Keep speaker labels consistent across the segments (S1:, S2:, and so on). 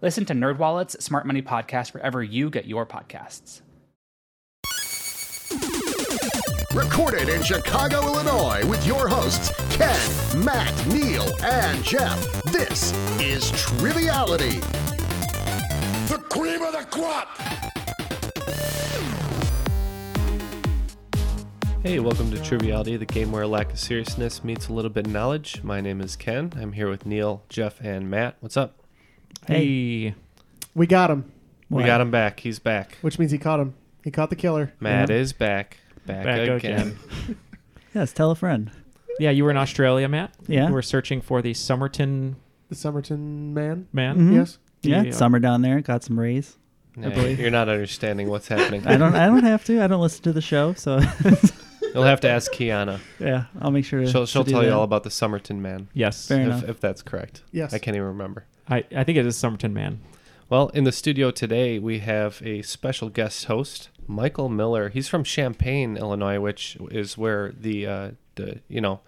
S1: Listen to NerdWallet's Smart Money Podcast wherever you get your podcasts.
S2: Recorded in Chicago, Illinois, with your hosts, Ken, Matt, Neil, and Jeff. This is Triviality. The cream of the crop!
S3: Hey, welcome to Triviality, the game where lack of seriousness meets a little bit of knowledge. My name is Ken. I'm here with Neil, Jeff, and Matt. What's up?
S4: Hey.
S5: We got him,
S3: We got him back. He's back.
S5: which means he caught him. He caught the killer.
S3: Matt is back. Back,
S4: Back
S3: again.
S4: again.
S6: Yes, tell a friend.
S4: Yeah, you were in Australia, Matt.
S6: Yeah.
S4: You were searching for the Somerton
S5: The Somerton man.
S4: man.
S3: Mm-hmm.
S4: uh,
S5: Yes.
S6: Mm-hmm. Yeah,
S4: Yeah.
S6: summer down there, got some rays.
S3: Nah, you're not understanding what's happening.
S6: I don't. I don't have to. I don't listen to the show, so
S3: You'll have to ask Kiana.
S6: yeah, I'll make sure.
S3: She'll,
S6: to
S3: she'll
S6: do
S3: tell you
S6: that.
S3: all about the Somerton man,
S4: Yes.
S6: Fair
S3: if,
S6: enough.
S3: if that's correct.
S5: Yes.
S3: I can't even remember.
S4: I, I think it is Somerton man.
S3: Well, in the studio today, we have a special guest host, Michael Miller. He's from Champaign, Illinois, which is where the uh, the you know,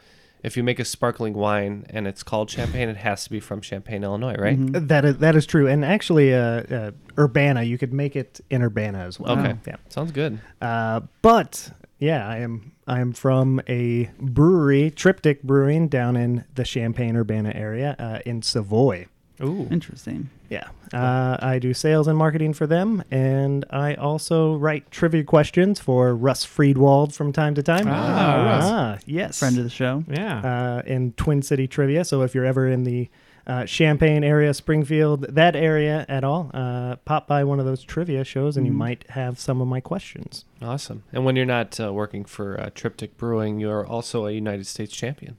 S3: if you make a sparkling wine and it's called Champagne, it has to be from Champaign, Illinois, right?
S7: Mm-hmm. That is that is true, and actually, uh, uh, Urbana, you could make it in Urbana as well.
S3: Okay,
S7: yeah.
S3: sounds good.
S7: Mm-hmm. Uh-huh. Uh, but yeah, I am I am from a brewery, Triptych Brewing, down in the Champaign Urbana area uh, in Savoy.
S4: Ooh.
S6: Interesting.
S7: Yeah, uh, I do sales and marketing for them, and I also write trivia questions for Russ Friedwald from time to time.
S4: Ah, Russ.
S7: Ah, yes,
S6: Friend of the show.
S4: Yeah.
S7: uh, in Twin City Trivia. So if you're ever in the uh, Champaign area, Springfield, that area at all, uh, pop by one of those trivia shows
S4: Mm.
S7: and you might have some of my questions.
S3: Awesome. And when you're not uh, working for uh, Triptych Brewing, you are also a United States champion.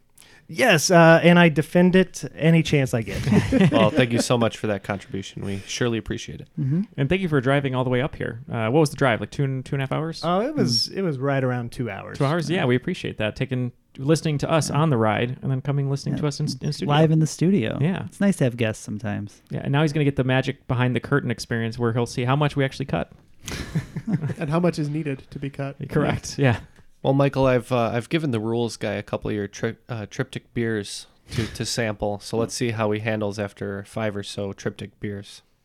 S7: Yes, uh, and I defend it any chance I get.
S3: well, thank you so much for that contribution. We surely appreciate it.
S6: Mm-hmm.
S4: and thank you for driving all the way up here. Uh, what was the drive? Like two and two and a half hours? Mm.
S7: Oh, it was it was right around two hours.
S4: two hours? Yeah, we appreciate that. Taking listening to us on the ride and then coming listening to us in, in studio.
S6: Live in the studio.
S4: Yeah.
S6: it's nice to have guests sometimes.
S4: yeah. And now he's gonna get the magic behind the curtain experience where he'll see how much we actually cut.
S5: And how much is needed to be cut?
S4: Correct. Yeah.
S3: Well, Michael, I've uh, I've given the rules guy a couple of your tri- uh, Triptych beers to, to sample. So let's see how he handles after five or so Triptych beers.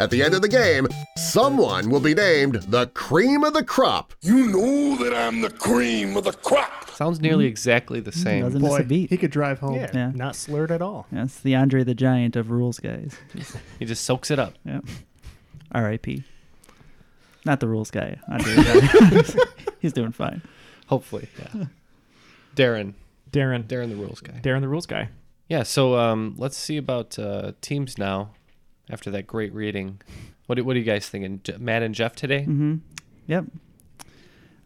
S2: At the end of the game, someone will be named the cream of the crop.
S8: You know that I'm the cream of the crop.
S3: Sounds nearly exactly the same.
S6: Doesn't miss
S5: Boy,
S6: a beat.
S5: he could drive home.
S7: Yeah,
S6: Yeah.
S7: not slurred at all.
S6: That's the Andre the Giant of rules, guys.
S3: He just soaks it up.
S6: Yep. R.I.P. Not the rules guy. Andre the Giant. He's doing fine.
S3: Hopefully. Yeah. Darren.
S4: Darren.
S3: Darren the rules guy.
S4: Darren the rules guy.
S3: Yeah, so um, let's see about uh, teams now after that great reading. What, do- what are you guys thinking? Je- Matt and Jeff today?
S6: Mm-hmm. Yep.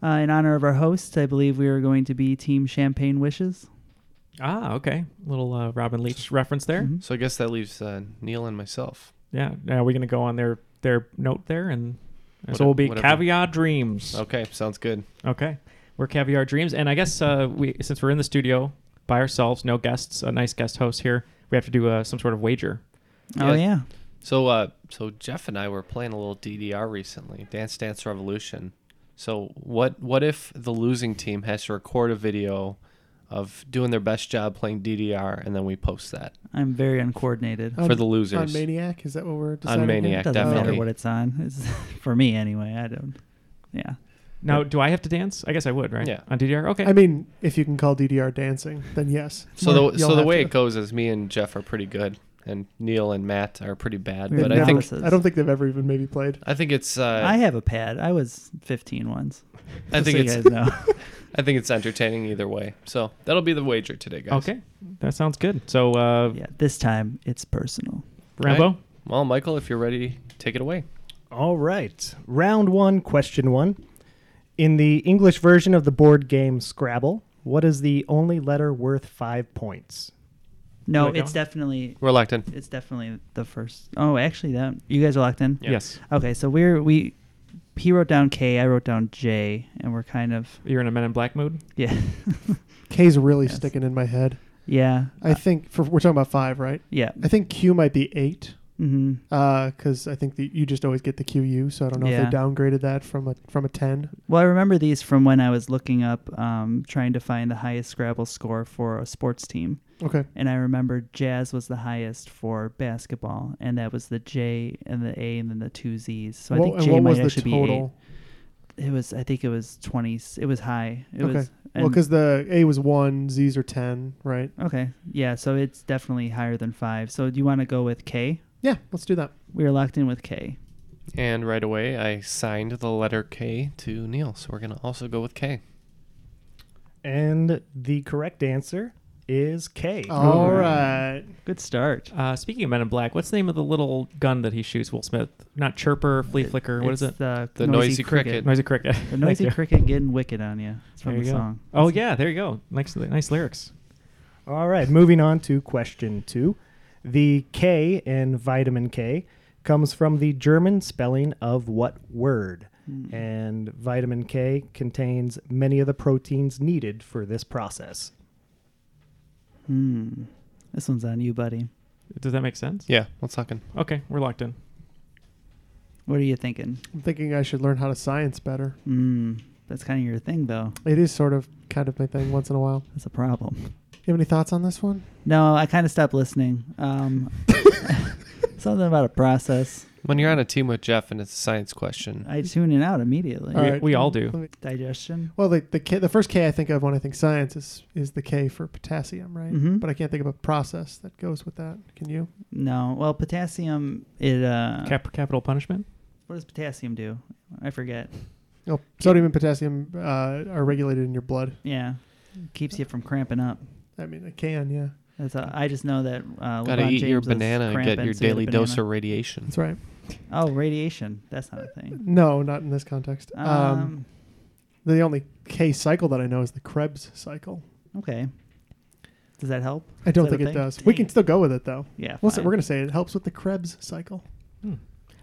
S6: Uh, in honor of our host, I believe we are going to be Team Champagne Wishes.
S4: Ah, okay. Little uh, Robin Leach reference there.
S3: Mm-hmm. So I guess that leaves uh, Neil and myself.
S4: Yeah. Now we're gonna go on their their note there, and and
S3: Whate-
S4: so we'll be
S3: whatever.
S4: caviar dreams. Okay.
S3: Okay, sounds good.
S4: we're caviar dreams, and I guess uh, we since we're in the studio by ourselves, no guests, a nice guest host here, we have to do uh, some sort of wager.
S6: Oh yeah.
S3: So, uh, so Jeff and I were playing a little DDR recently, Dance Dance Revolution. So, what what if the losing team has to record a video of doing their best job playing DDR, and then we post that
S6: I'm very uncoordinated.
S5: Oh,
S3: for the losers?
S5: On Maniac, is that what we're deciding? here?
S3: Maniac,
S6: doesn't
S3: definitely.
S6: matter what it's on. It's, for me, anyway. I don't. Yeah.
S4: Now, do I have to dance? I guess I would, right?
S3: Yeah.
S4: On DDR? Okay.
S5: I mean, if you can call DDR dancing, then yes.
S3: So
S5: You'll
S3: the so the
S5: have
S3: way
S5: to.
S3: it goes is me and Jeff are pretty good, and Neil and Matt are pretty bad.
S6: We're
S3: But I
S5: No,
S3: think
S6: novices.
S5: I don't think they've ever even maybe played.
S3: I think it's uh,
S6: I have a pad. I was 15 once.
S3: I
S6: Just
S3: think
S6: so
S3: it's
S6: you guys know.
S3: I think it's entertaining either way. So that'll be the wager today, guys.
S4: okay. That sounds good. So, uh,
S6: yeah. This time it's personal.
S4: Rambo?
S3: Right. Well, Michael, if you're ready, take it away.
S7: All right. Round one, question one. In the English version of the board game Scrabble, what is the only letter worth five points?
S6: No,
S4: Like that
S6: it's
S4: one?
S6: definitely
S3: We're locked in.
S6: it's definitely the first. Oh, actually, that you guys are locked in.
S4: Yes.
S6: Okay, so we're we. He wrote down K. I wrote down J, and we're kind of
S4: You're in a Men in Black mood?
S6: yeah,
S5: K's really
S6: Yes.
S5: sticking in my head.
S6: yeah,
S5: I think for we're talking about five, right?
S6: yeah.
S5: I think Q might be eight.
S6: hmm
S5: because I think the, you just always get the QU. So I don't know if
S6: Yeah.
S5: they downgraded that from a from a ten.
S6: Well, I remember these from when I was looking up, um, trying to find the highest Scrabble score for a sports team,
S5: Okay,
S6: and I remember Jazz was the highest for basketball, and that was the J and the A and then the two Z's. So I
S5: What-
S6: think
S5: and
S6: J
S5: what
S6: might
S5: was the
S6: actually
S5: total?
S6: be eight. It was I think it was twenty. It was high. It
S5: Okay.
S6: was
S5: Well,
S6: and-
S5: because the A was one, Z's are ten, right?
S6: Okay. Yeah, so it's definitely higher than five. So do you want to go with K?
S5: Yeah, let's do that.
S6: We are locked in with K.
S3: And right away, I signed the letter K to Neil. So we're gonna also go with K.
S7: And the correct answer is K.
S5: All right.
S6: Good start.
S4: Uh, speaking of Men in Black, what's the name of the little gun that he shoots Will Smith? Not chirper, flea flicker. What is
S6: It's
S4: it?
S6: The,
S3: The
S6: noisy,
S3: noisy
S6: cricket.
S3: cricket.
S4: Noisy cricket.
S6: The noisy
S4: Thank you.
S6: cricket getting wicked on you. It's
S4: There
S6: from
S4: you
S6: the
S4: go.
S6: song.
S4: Oh yeah, there you go. Nice, nice lyrics.
S7: All right, moving on to question two. The K in vitamin K comes from the German spelling of what word?
S6: Hmm.
S7: And vitamin K contains many of the proteins needed for this process.
S6: Hmm. This one's on you, buddy.
S4: Does that make sense?
S3: Yeah, let's lock in.
S4: Okay, we're locked in.
S6: What are you thinking?
S5: I'm thinking I should learn how to science better.
S6: Hmm. That's kind of your thing, though.
S5: It is sort of kind of my thing once in a while.
S6: That's a problem.
S5: You have any thoughts on this one?
S6: No, I kind of stopped listening. Um, something about a process.
S3: When you're on a team with Jeff and it's a science question,
S6: I tune it out immediately.
S5: All
S4: we,
S5: right.
S4: we all do.
S5: Let me-
S6: Digestion.
S5: Well, the the, K, the first K I think of when I think science is is the K for potassium, right?
S6: Mhm.
S5: But I can't think of a process that goes with that. Can you?
S6: No. Well, potassium. It. Uh,
S4: Cap, capital punishment.
S6: what does potassium do? I forget.
S5: Oh, sodium and potassium uh, are regulated in your blood.
S6: Yeah, keeps you from cramping up.
S5: I mean, it can, yeah.
S6: That's a, I just know that. Uh,
S3: gotta
S6: LeBron
S3: eat your
S6: James was
S3: banana and
S6: cramping,
S3: get your
S6: so he had a
S3: daily
S6: banana.
S3: dose of radiation.
S5: That's right.
S6: Oh, radiation. That's not a thing.
S5: No, not in this context.
S6: Um,
S5: Um, the only K cycle that I know is the Krebs cycle.
S6: okay. Does that help?
S5: I don't
S6: Is that
S5: think
S6: a
S5: it
S6: thing?
S5: does. We can
S6: Dang.
S5: still go with it though.
S6: Yeah.
S5: We'll say,
S6: fine.
S5: we're gonna say it helps with the Krebs cycle.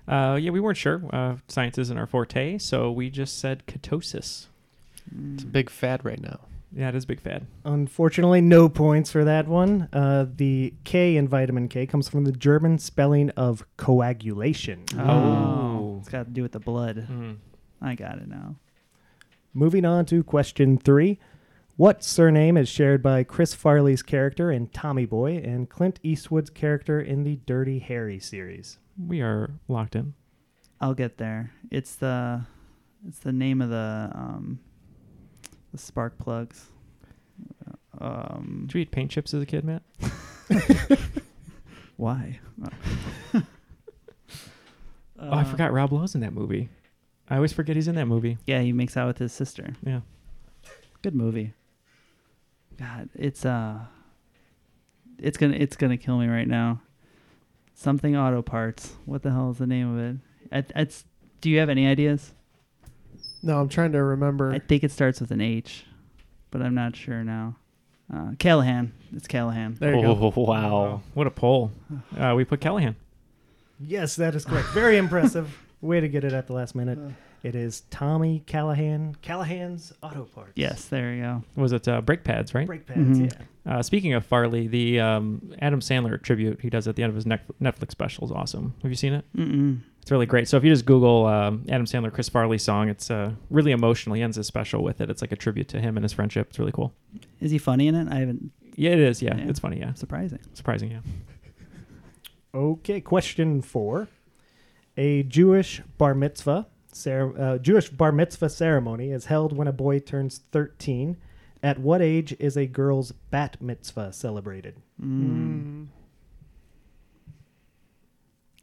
S4: Uh, yeah, we weren't sure. Uh, science isn't our forte, so we just said ketosis.
S3: It's a
S6: Mm.
S3: big fad right now.
S4: Yeah, it is a big fad.
S7: Unfortunately, no points for that one. Uh, the K in vitamin K comes from the German spelling of coagulation.
S6: Oh,
S4: Oh.
S6: it's got to do with the blood.
S4: Mm.
S6: I got it now.
S7: Moving on to question three. What surname is shared by Chris Farley's character in Tommy Boy and Clint Eastwood's character in the Dirty Harry series?
S4: We are locked in.
S6: I'll get there. It's the, it's the name of the um, the spark plugs. Um,
S4: Did you eat paint chips as a kid, Matt?
S6: why?
S4: oh, I forgot Rob Lowe's in that movie. I always forget he's in that movie.
S6: Yeah, he makes out with his sister.
S4: Yeah.
S6: Good movie. God, it's uh it's gonna it's gonna kill me right now. Something auto parts. What the hell is the name of it? It- It's. Do you have any ideas?
S5: No, I'm trying to remember.
S6: I think it starts with an H, but I'm not sure now. Uh, Callahan. It's Callahan.
S5: there you go.
S4: wow. What a poll. Uh, we put Callahan.
S7: Yes, that is correct. Very impressive. Way to get it at the last minute. It is Tommy Callahan. Callahan's Auto Parts.
S6: Yes, there you go.
S4: Was it uh, brake pads, right?
S7: Brake pads,
S6: Mhm.
S7: yeah.
S4: Uh, speaking of Farley, the um, Adam Sandler tribute he does at the end of his Nec- Netflix special is awesome. Have you seen it?
S6: Mm-mm.
S4: It's really great. So if you just Google um, Adam Sandler Chris Farley song, it's uh, really emotional. He ends his special with it. It's like a tribute to him and his friendship. It's really cool.
S6: Is he funny in it? I haven't.
S4: Yeah, it is. Yeah,
S6: Yeah.
S4: it's funny. Yeah, It's
S6: Surprising.
S4: surprising. Yeah.
S7: Okay, question four. A Jewish bar mitzvah, cer- uh, Jewish bar mitzvah ceremony is held when a boy turns 13. At what age is a girl's bat mitzvah celebrated?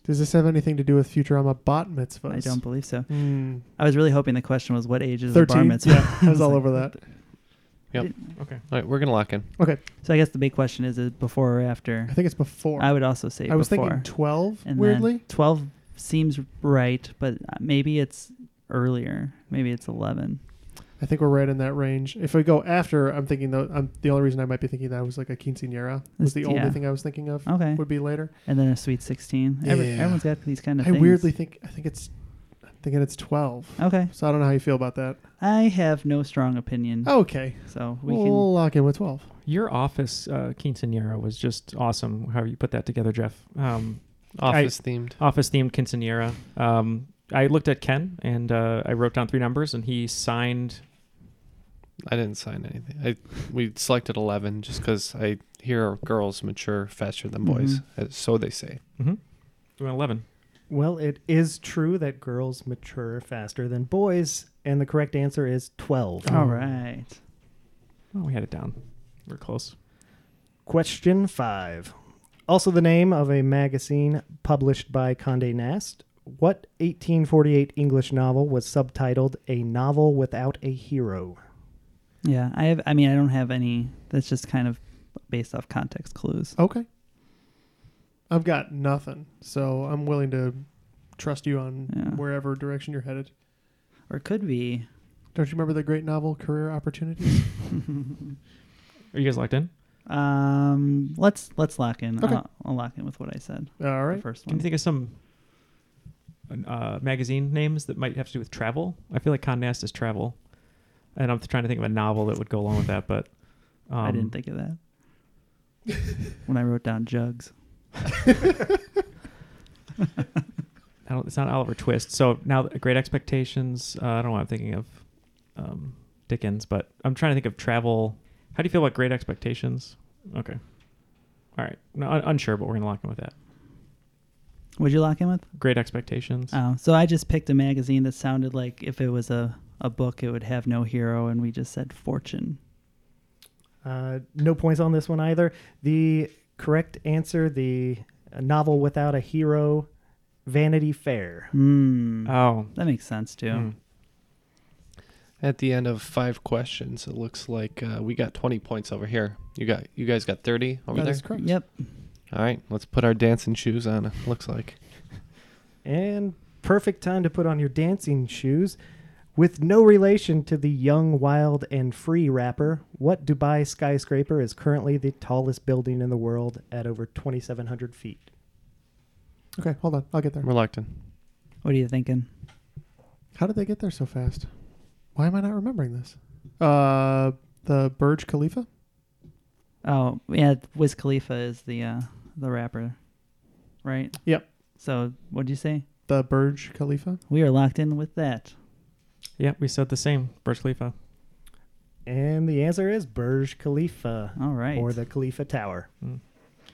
S5: Does this have anything to do with Futurama bot mitzvahs?
S6: I don't believe so.
S5: Mm.
S6: I was really hoping the question was what age is a bar
S5: Thirteen.
S6: mitzvah.
S5: Yeah, I was all over that.
S4: Okay.
S3: All right, we're gonna lock in.
S5: Okay,
S6: So I guess the big question is, is it before or after?
S5: I think it's before.
S6: I would also say
S5: I was
S6: before.
S5: thinking twelve.
S6: and
S5: weirdly,
S6: then 12 seems right, but uh, maybe it's earlier. Maybe it's 11.
S5: I think we're right in that range. If we go after, I'm thinking though. I'm, the only reason I might be thinking that was like a quinceanera was
S6: It's-
S5: the only
S6: yeah.
S5: thing I was thinking of.
S6: Okay.
S5: Would be later.
S6: And then a sweet 16. Every,
S5: Yeah.
S6: Everyone's got these kind of
S5: I
S6: things.
S5: weirdly think I think it's I'm thinking it's twelve.
S6: Okay.
S5: So I don't know how you feel about that.
S6: I have no strong opinion.
S5: Okay,
S6: So we
S5: we'll lock in with twelve.
S4: Your office uh, quinceanera was just awesome. How you put that together, Jeff? Um,
S3: Office themed.
S4: office themed quinceanera. Um, I looked at Ken and uh, I wrote down three numbers, and he signed.
S3: I didn't sign anything. I we selected eleven just because I hear girls mature faster than boys,
S6: Mm-hmm.
S3: uh, so they say.
S4: doing eleven.
S7: Well, it is true that girls mature faster than boys, and the correct answer is 12.
S6: can. All right.
S4: Oh, we had it down. We're close.
S7: Question five. Also, the name of a magazine published by Conde Nast. What 1848 English novel was subtitled A Novel Without a Hero?
S6: Yeah. I have. I mean, I don't have any. That's just kind of based off context clues.
S5: Okay. I've got nothing, so I'm willing to trust you on
S6: Yeah.
S5: wherever direction you're headed.
S6: Or it could be.
S5: Don't you remember the great novel Career Opportunities?
S4: Are you guys locked in?
S6: Um, let's let's lock in.
S5: Okay.
S6: I'll, I'll lock in with what I said.
S5: All
S6: The
S5: right.
S6: first
S4: Can
S6: one.
S4: you think of some uh, magazine names that might have to do with travel? I feel like Con Nast is travel, and I'm trying to think of a novel that would go along with that. But um,
S6: I didn't think of that when I wrote down jugs.
S4: I don't, it's not Oliver Twist. So now, Great Expectations. Uh, I don't know. What I'm thinking of um, Dickens, but I'm trying to think of travel. How do you feel about Great Expectations? Okay. All right. No, un- unsure, but we're gonna lock in with that.
S6: Would you lock in with?
S4: Great Expectations.
S6: Oh, so I just picked a magazine that sounded like if it was a a book, it would have no hero, and we just said fortune.
S7: Uh, no points on this one either. The correct answer, the novel without a hero, Vanity Fair.
S3: Mm.
S6: Hmm.
S4: oh.
S6: that makes sense too.
S4: Hmm.
S3: At the end of five questions, it looks like uh, we got twenty points over here. You got you guys got thirty over
S5: That
S3: there.
S5: is correct.
S6: Yep.
S3: All right, let's put our dancing shoes on. It looks like
S7: And perfect time to put on your dancing shoes. With no relation to the young, wild, and free rapper, what Dubai skyscraper is currently the tallest building in the world at over 2,700 feet?
S5: Okay, hold on. I'll get there.
S3: we're locked in.
S6: What are you thinking?
S5: How did they get there so fast? Why am I not remembering this? Uh, the Burj Khalifa?
S6: Oh, yeah. Wiz Khalifa is the uh, the rapper, right?
S5: Yep.
S6: So what'd you say?
S5: The Burj Khalifa?
S6: We are locked in with that.
S4: Yeah, we said the same. Burj Khalifa.
S7: And the answer is Burj Khalifa,
S6: All right.
S7: or the Khalifa Tower.
S5: Hmm.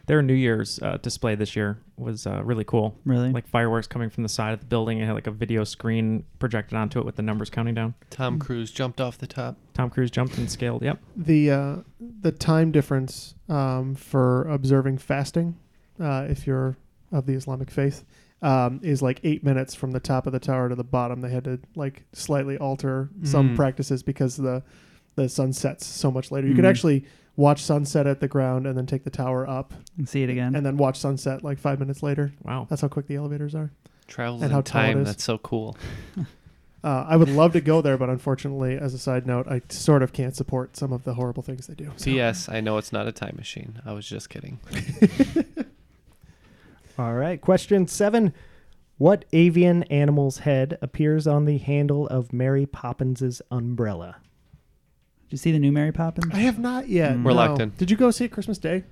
S4: Their New Year's uh, display this year was uh, really cool.
S6: really?
S4: Like fireworks coming from the side of the building. It had like a video screen projected onto it with the numbers counting down.
S6: Hmm.
S3: Tom Cruise jumped off the top.
S4: Tom Cruise jumped and scaled. Yep.
S5: The uh, the time difference um, for observing fasting, uh, if you're of the Islamic faith, um, is like eight minutes from the top of the tower to the bottom. They had to like slightly alter some
S3: Mm.
S5: practices because the the sun sets so much later. You could
S3: Mm.
S6: Mhm.
S5: actually watch sunset at the ground and then take the tower up
S6: And see it again.
S5: and then watch sunset like five minutes later.
S4: Wow.
S5: That's how quick the elevators are.
S3: Travels
S5: And
S3: in
S5: how tall it
S3: time.
S5: is.
S3: That's so cool.
S5: Uh, I would love to go there, but unfortunately, as a side note, I sort of can't support some of the horrible things they do. So-
S3: P.S. I know it's not a time machine. I was just kidding.
S7: All right, question seven. What avian animal's head appears on the handle of Mary Poppins's umbrella?
S6: Did you see the new Mary Poppins?
S5: I have not yet.
S3: We're
S5: no.
S3: locked in.
S5: Did you go see it Christmas Day?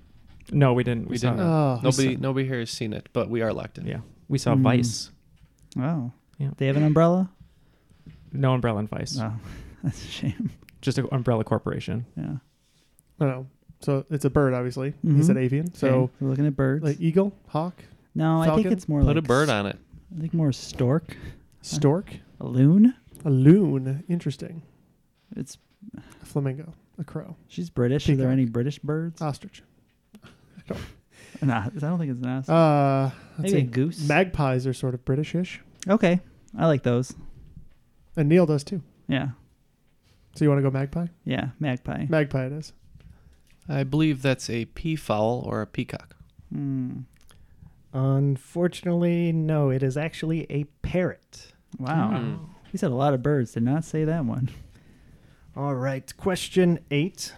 S4: No, we didn't. We,
S3: We
S4: saw.
S3: didn't.
S5: Oh,
S3: Nobody, nobody here has seen it, but we are locked in.
S4: Yeah, we saw
S6: Mm.
S4: Vice.
S6: Oh,
S4: Yeah.
S6: Hmm. they have an umbrella.
S4: No umbrella and Vice.
S6: Oh, that's a shame.
S4: Just an umbrella corporation.
S6: Yeah.
S5: No, no. So it's a bird, obviously. He
S6: Mhm.
S5: said avian. So
S6: Okay, we're looking at birds.
S5: like eagle, hawk,
S6: no, I think
S5: falcon?
S6: it's more
S3: Put
S6: like
S3: a bird on it.
S6: I think more stork,
S5: stork,
S6: a loon.
S5: a loon. Interesting.
S6: It's
S5: A flamingo, a crow,
S6: she's British. Are there
S5: Peacock.
S6: any British birds?
S5: ostrich.
S6: Nah, I don't think it's an ass.
S5: Uh, let's
S6: Maybe a
S5: see.
S6: goose.
S5: Magpies are sort of Britishish,
S6: okay, I like those.
S5: and Neil does too.
S6: Yeah,
S5: So you want to go magpie?
S6: yeah, magpie.
S5: Magpie it is.
S3: I believe that's a peafowl or a peacock.
S6: Hmm.
S7: Unfortunately, no, it is actually a parrot.
S6: Wow, we said a lot of birds. Did not say that one.
S7: All right, question eight.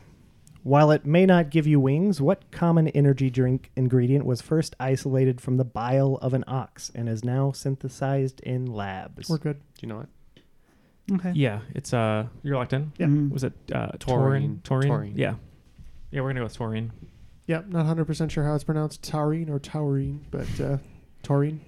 S7: While it may not give you wings, what common energy drink ingredient was first isolated from the bile of an ox and is now synthesized in labs?
S5: We're good.
S3: Do you know it?
S6: Okay.
S4: Yeah, it's uh, you're locked in.
S5: Yeah.
S6: Mhm.
S4: Was it uh,
S3: Taurine.
S4: taurine? Taurine.
S3: Taurine.
S4: Yeah. Yeah, we're gonna go with taurine.
S5: Yep, not 100% sure how it's pronounced, taurine or taurine, but uh, taurine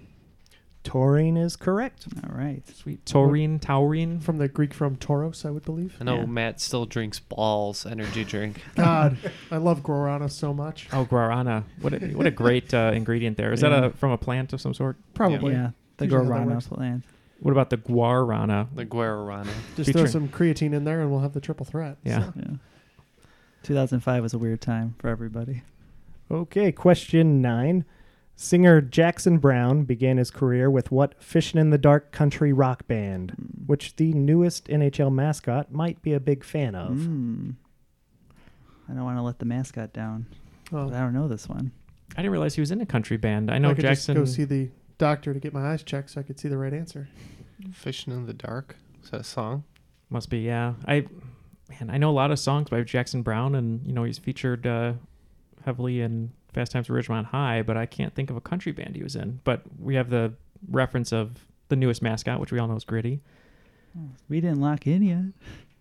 S7: Taurine is correct.
S6: All right.
S4: Sweet. Taurine. Taurine.
S5: from the Greek from tauros, I would believe.
S3: I know
S6: Yeah.
S3: Matt still drinks balls energy drink.
S6: Ah,
S5: God, I love guarana so much.
S4: Oh, guarana. What a, what a great uh, ingredient there. Is that
S6: Yeah.
S4: a from a plant of some sort?
S5: Probably.
S6: Yeah, the
S5: Usually how that
S6: guarana
S5: works.
S6: plant.
S4: What about the guarana?
S3: the guarana.
S5: Just
S4: Featuring-
S5: throw some creatine in there and we'll have the triple threat.
S4: Yeah.
S5: So-
S6: Yeah. 2005 was a weird time for everybody.
S7: Okay, question nine. Singer Jackson Brown began his career with what Fishing in the Dark country rock band,
S6: Hmm.
S7: which the newest NHL mascot might be a big fan of?
S6: Hmm. I don't want to let the mascot down,
S5: well,
S6: but I don't know this one.
S4: I didn't realize he was in a country band. I know
S5: I could
S4: Jackson.
S5: just go see the doctor to get my eyes checked so I could see the right answer.
S3: Fishing in the dark. Is that a song?
S4: Must be, yeah. I man, I know a lot of songs by Jackson Brown, and you know he's featured uh, heavily in Fast Times at Ridgemont High, but I can't think of a country band he was in. But we have the reference of the newest mascot, which we all know is Gritty.
S6: We didn't lock in yet.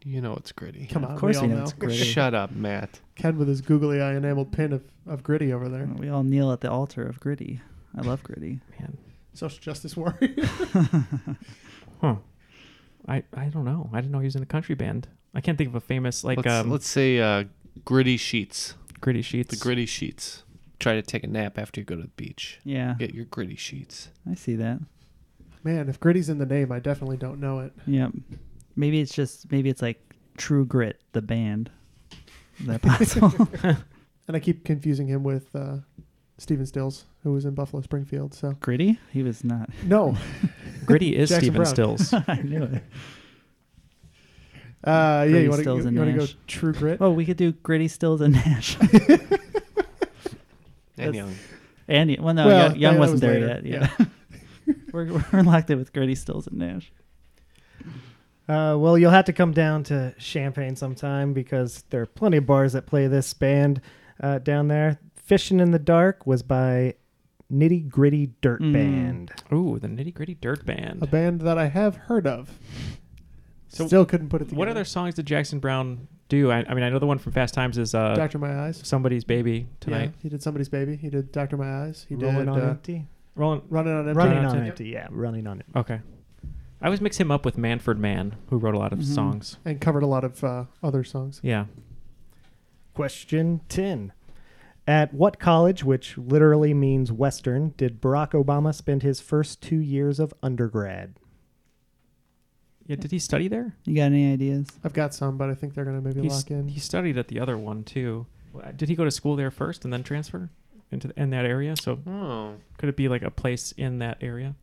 S3: You know it's gritty.
S5: Come on,
S6: of course
S5: we
S6: we
S5: all
S6: know
S5: know.
S6: it's gritty.
S3: Shut up, Matt.
S5: Ken with his googly eye enameled pin of, of gritty over there.
S6: We all kneel at the altar of gritty. I love gritty.
S4: Man,
S5: Social justice warrior.
S4: huh? I I don't know. I didn't know he was in a country band. I can't think of a famous like
S3: let's,
S4: um,
S3: let's say uh, gritty sheets.
S4: Gritty Sheets.
S3: The gritty sheets. Try to take a nap after you go to the beach.
S6: Yeah,
S3: Get your gritty sheets.
S6: I see that.
S5: Man, if gritty's in the name, I definitely don't know it.
S6: Yeah, maybe it's just maybe it's like True Grit, the band. Is that possible?
S5: And I keep confusing him with uh, Steven Stills, who was in Buffalo Springfield. So
S6: gritty? He was not.
S5: no,
S4: Gritty is
S5: Jackson
S4: Steven
S5: Brown.
S4: Stills.
S6: I knew it.
S5: Uh, yeah,
S6: Gritty
S5: you want
S6: Stills
S5: to
S6: and
S5: you want to go
S6: Nash.
S5: True Grit?
S6: Oh, we could do Gritty Stills and Nash.
S3: And
S6: That's-
S3: young.
S6: and Young- well, no,
S5: Well,
S6: Young, Young
S5: that
S6: wasn't
S5: was
S6: there
S5: later.
S6: yet. Yeah, we're we're locked in with Gritty Stills and Nash.
S7: Uh, well, you'll have to come down to Champagne sometime because there are plenty of bars that play this band uh, down there. Fishing in the Dark was by Nitty Gritty Dirt
S6: Mm.
S7: Band.
S4: Ooh, the Nitty Gritty Dirt Band.
S5: A band that I have heard of.
S4: So
S5: Still couldn't put it together.
S4: What other songs did Jackson Brown do? I, I mean, I know the one from Fast Times is uh,
S5: Doctor My Eyes?
S4: Somebody's Baby tonight.
S5: Yeah, he did somebody's baby. He did Doctor My Eyes. He
S7: Rolling
S5: did
S7: on
S5: uh,
S7: empty.
S4: Rolling.
S5: Running on Empty.
S7: Running
S4: Empty.
S7: on
S4: Yep.
S7: empty. Yeah, running on it.
S4: Okay. I always mix him up with Manford Mann, who wrote a lot of
S5: Mm-hmm.
S4: songs.
S5: and covered a lot of uh, other songs.
S4: Yeah.
S7: Question ten. At what college, which literally means Western, did Barack Obama spend his first two years of undergrad?
S4: Yeah. Did he study there?
S6: You got any ideas?
S5: I've got some, but I think they're gonna maybe
S4: He, s-
S5: lock in.
S4: he studied at the other one too. Wha- Did he go to school there first and then transfer into th- in that area? So
S3: Oh.
S4: could it be like a place in that area?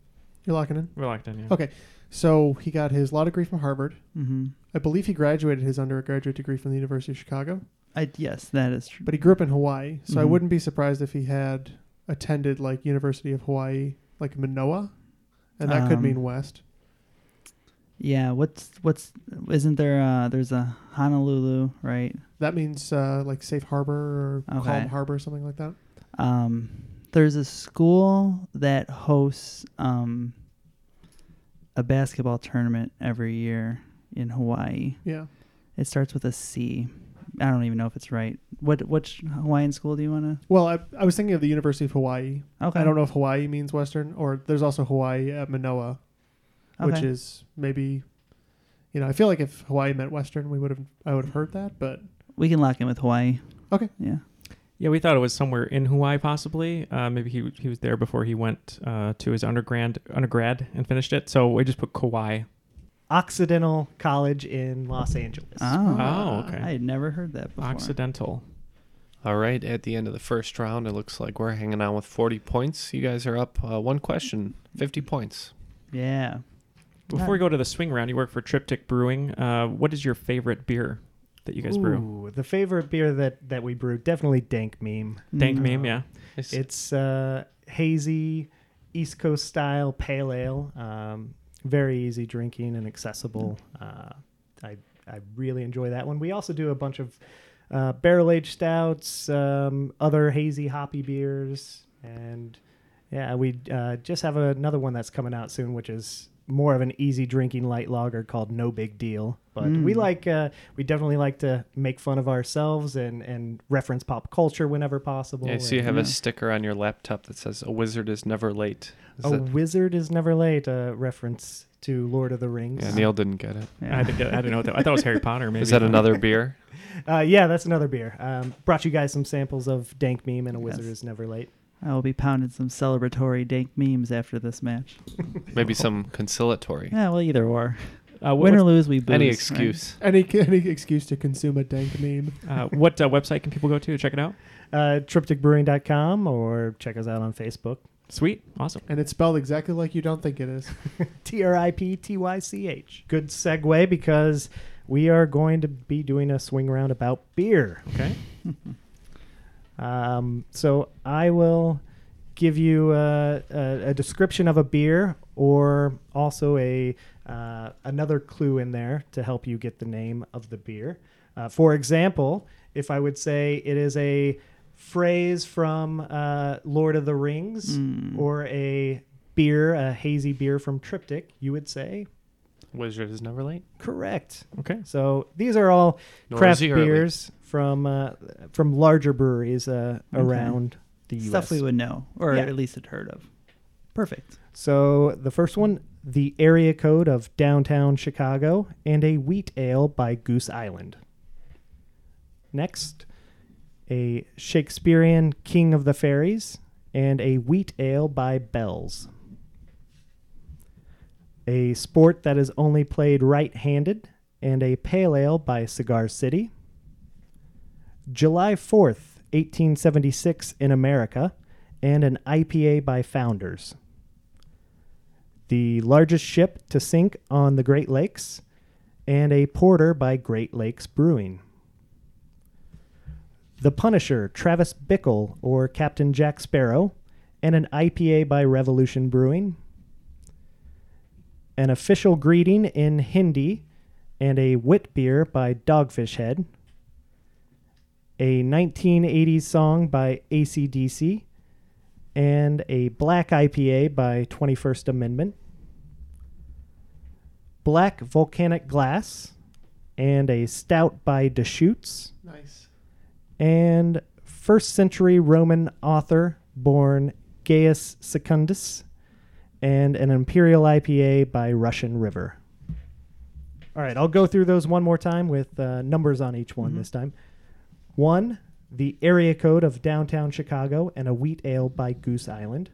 S5: You're locking in.
S4: We're locked in. Yeah.
S5: Okay, so he got his law degree from Harvard.
S6: Mm-hmm.
S5: I believe he graduated his undergraduate degree from the University of Chicago,
S6: I yes, that is true.
S5: but he grew up in Hawaii, so I
S6: Mhm.
S5: wouldn't be surprised if he had attended like University of Hawaii, like Manoa, and that could
S6: Um,
S5: mean West.
S6: Yeah, what's what's isn't there uh there's a Honolulu, right?
S5: That means uh, like safe harbor or
S6: Okay.
S5: calm harbor, something like that.
S6: Um there's a school that hosts um a basketball tournament every year in Hawaii.
S5: Yeah.
S6: It starts with a C. I don't even know if it's right. What which Hawaiian school do you want
S5: Well, I, I was thinking of the University of Hawaii.
S6: to? Okay,
S5: I don't know if Hawaii means Western, or there's also Hawaii at Manoa, which
S6: Okay.
S5: is maybe, you know, I feel like if Hawaii meant Western, we would have I would have heard that, but
S6: we can lock in with Hawaii.
S5: Okay.
S6: Yeah.
S4: Yeah, we thought it was somewhere in Hawaii, possibly. Uh, maybe he he was there before he went uh, to his undergrad undergrad and finished it. So we just put Kauai.
S7: Occidental College in Los Angeles.
S6: Oh,
S4: Oh, okay.
S6: I had never heard that before.
S4: Occidental.
S3: All right, at the end of the first round, it looks like we're hanging on with 40 points. You guys are up uh, one question, 50 points.
S6: Yeah.
S4: Before we go to the swing round, you work for Triptych Brewing. Uh, what is your favorite beer that you guys brew?
S7: Ooh, the favorite beer that that we brew definitely Dank Meme.
S4: Dank
S6: Mm.
S4: meme, yeah.
S3: It's,
S7: It's uh, hazy, East Coast style pale ale. Um, very easy drinking and accessible. Uh, I I really enjoy that one. We also do a bunch of uh, barrel aged stouts, um, other hazy hoppy beers, and yeah, we uh, just have another one that's coming out soon, which is more of an easy drinking light lager called No Big Deal. But we like uh, we definitely like to make fun of ourselves and and reference pop culture whenever possible.
S3: yeah, so you
S7: and-
S3: have a sticker on your laptop that says, A wizard is never late. Is
S7: a
S3: that-
S7: wizard is never late. A reference to Lord of the Rings.
S3: yeah, Neil didn't get it.
S4: I, didn't, I didn't know what that. I thought it was Harry Potter. Maybe
S3: Is that another beer?
S7: Uh, yeah, that's another beer. Um, brought you guys some samples of Dank Meme and A Wizard
S6: Yes.
S7: is Never Late.
S6: I will be pounding some celebratory dank memes after this match.
S3: Maybe some conciliatory.
S6: Yeah, well, either or.
S4: Uh, what,
S6: Win or lose, we booze.
S3: Any
S6: right?
S3: excuse.
S5: any any excuse to consume a dank meme.
S4: uh, what uh, website can people go to to check it out?
S7: Uh, TrypticBrewing.com or check us out on Facebook.
S4: Sweet, awesome.
S5: And it's spelled exactly like you don't think it is.
S7: T R I P T Y C H. Good segue because we are going to be doing a swing round about beer.
S4: Okay.
S7: Um, so I will give you a, a, a description of a beer or also a uh, another clue in there to help you get the name of the beer. Uh, for example, if I would say it is a phrase from uh, Lord of the Rings or a beer, a hazy beer from Triptych, you would say
S3: Wizard is never late.
S7: correct.
S4: Okay.
S7: So these are all craft
S3: Noisy early.
S7: beers from uh, from larger breweries uh,
S6: Okay.
S7: around the U.S.
S6: Stuff we would know, or
S7: Yeah.
S6: at least had heard of. Perfect.
S7: So the first one, the area code of downtown Chicago, and a wheat ale by Goose Island. Next, a Shakespearean King of the Fairies and a wheat ale by Bells. A sport that is only played right handed and a pale ale by Cigar City. July 4th, 1876 in America, and an IPA by Founders the largest ship to sink on the Great Lakes, and a porter by Great Lakes Brewing. The Punisher, Travis Bickle, or Captain Jack Sparrow, and an IPA by Revolution Brewing. An official greeting in Hindi, and a wit beer by Dogfish Head. A 1980s song by ACDC, and a black IPA by 21st Amendment, black volcanic glass, and a stout by Deschutes,
S5: Nice.
S7: and first century Roman author born Gaius Secundus, and an imperial IPA by Russian River. All right, I'll go through those one more time with uh, numbers on each one this time. One, the area code of downtown Chicago and a wheat ale by Goose Island.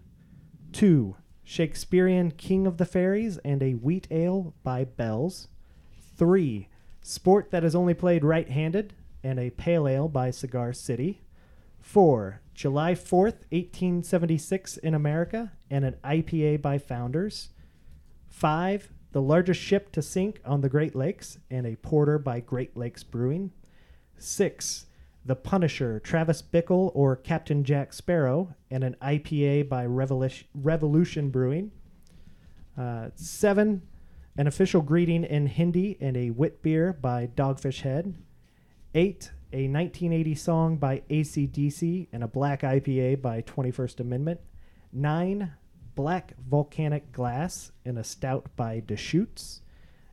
S7: Two, Shakespearean King of the Fairies and a wheat ale by Bells. Three, sport that is only played right handed and a pale ale by Cigar City. Four, July 4th, 1876 in America and an IPA by Founders. Five, the largest ship to sink on the Great Lakes and a porter by Great Lakes Brewing. Six, The Punisher, Travis Bickle or Captain Jack Sparrow, and an IPA by Revolish- Revolution Brewing. Uh, seven, an official greeting in Hindi and a wit beer by Dogfish Head. Eight, a 1980 song by ACDC and a black IPA by 21st Amendment. Nine, Black Volcanic Glass in a stout by Deschutes.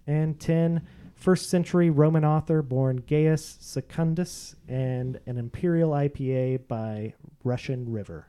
S7: And 10, first century Roman author born Gaius Secundus and an Imperial IPA by Russian River.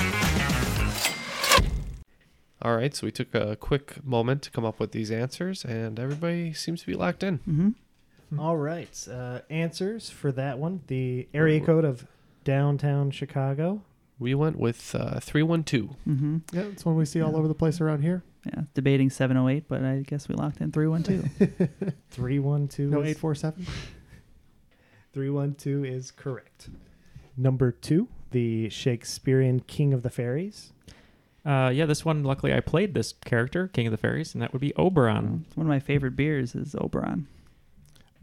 S3: All right, so we took a quick moment to come up with these answers, and everybody seems to be locked in.
S7: All right. Uh, answers for that one. The area code of downtown Chicago.
S3: We went with uh, 312.
S5: Yeah, it's one we see all over the place around here.
S6: Mm-hmm. Yeah, debating 708, but I guess we locked in 312.
S7: 312.
S5: No,
S7: is-
S5: 847.
S7: 312 is correct. Number two, the Shakespearean King of the Fairies.
S4: Uh, yeah, this one. Luckily, I played this character, King of the Fairies, and that would be Oberon.
S6: Mm. One of my favorite beers is Oberon.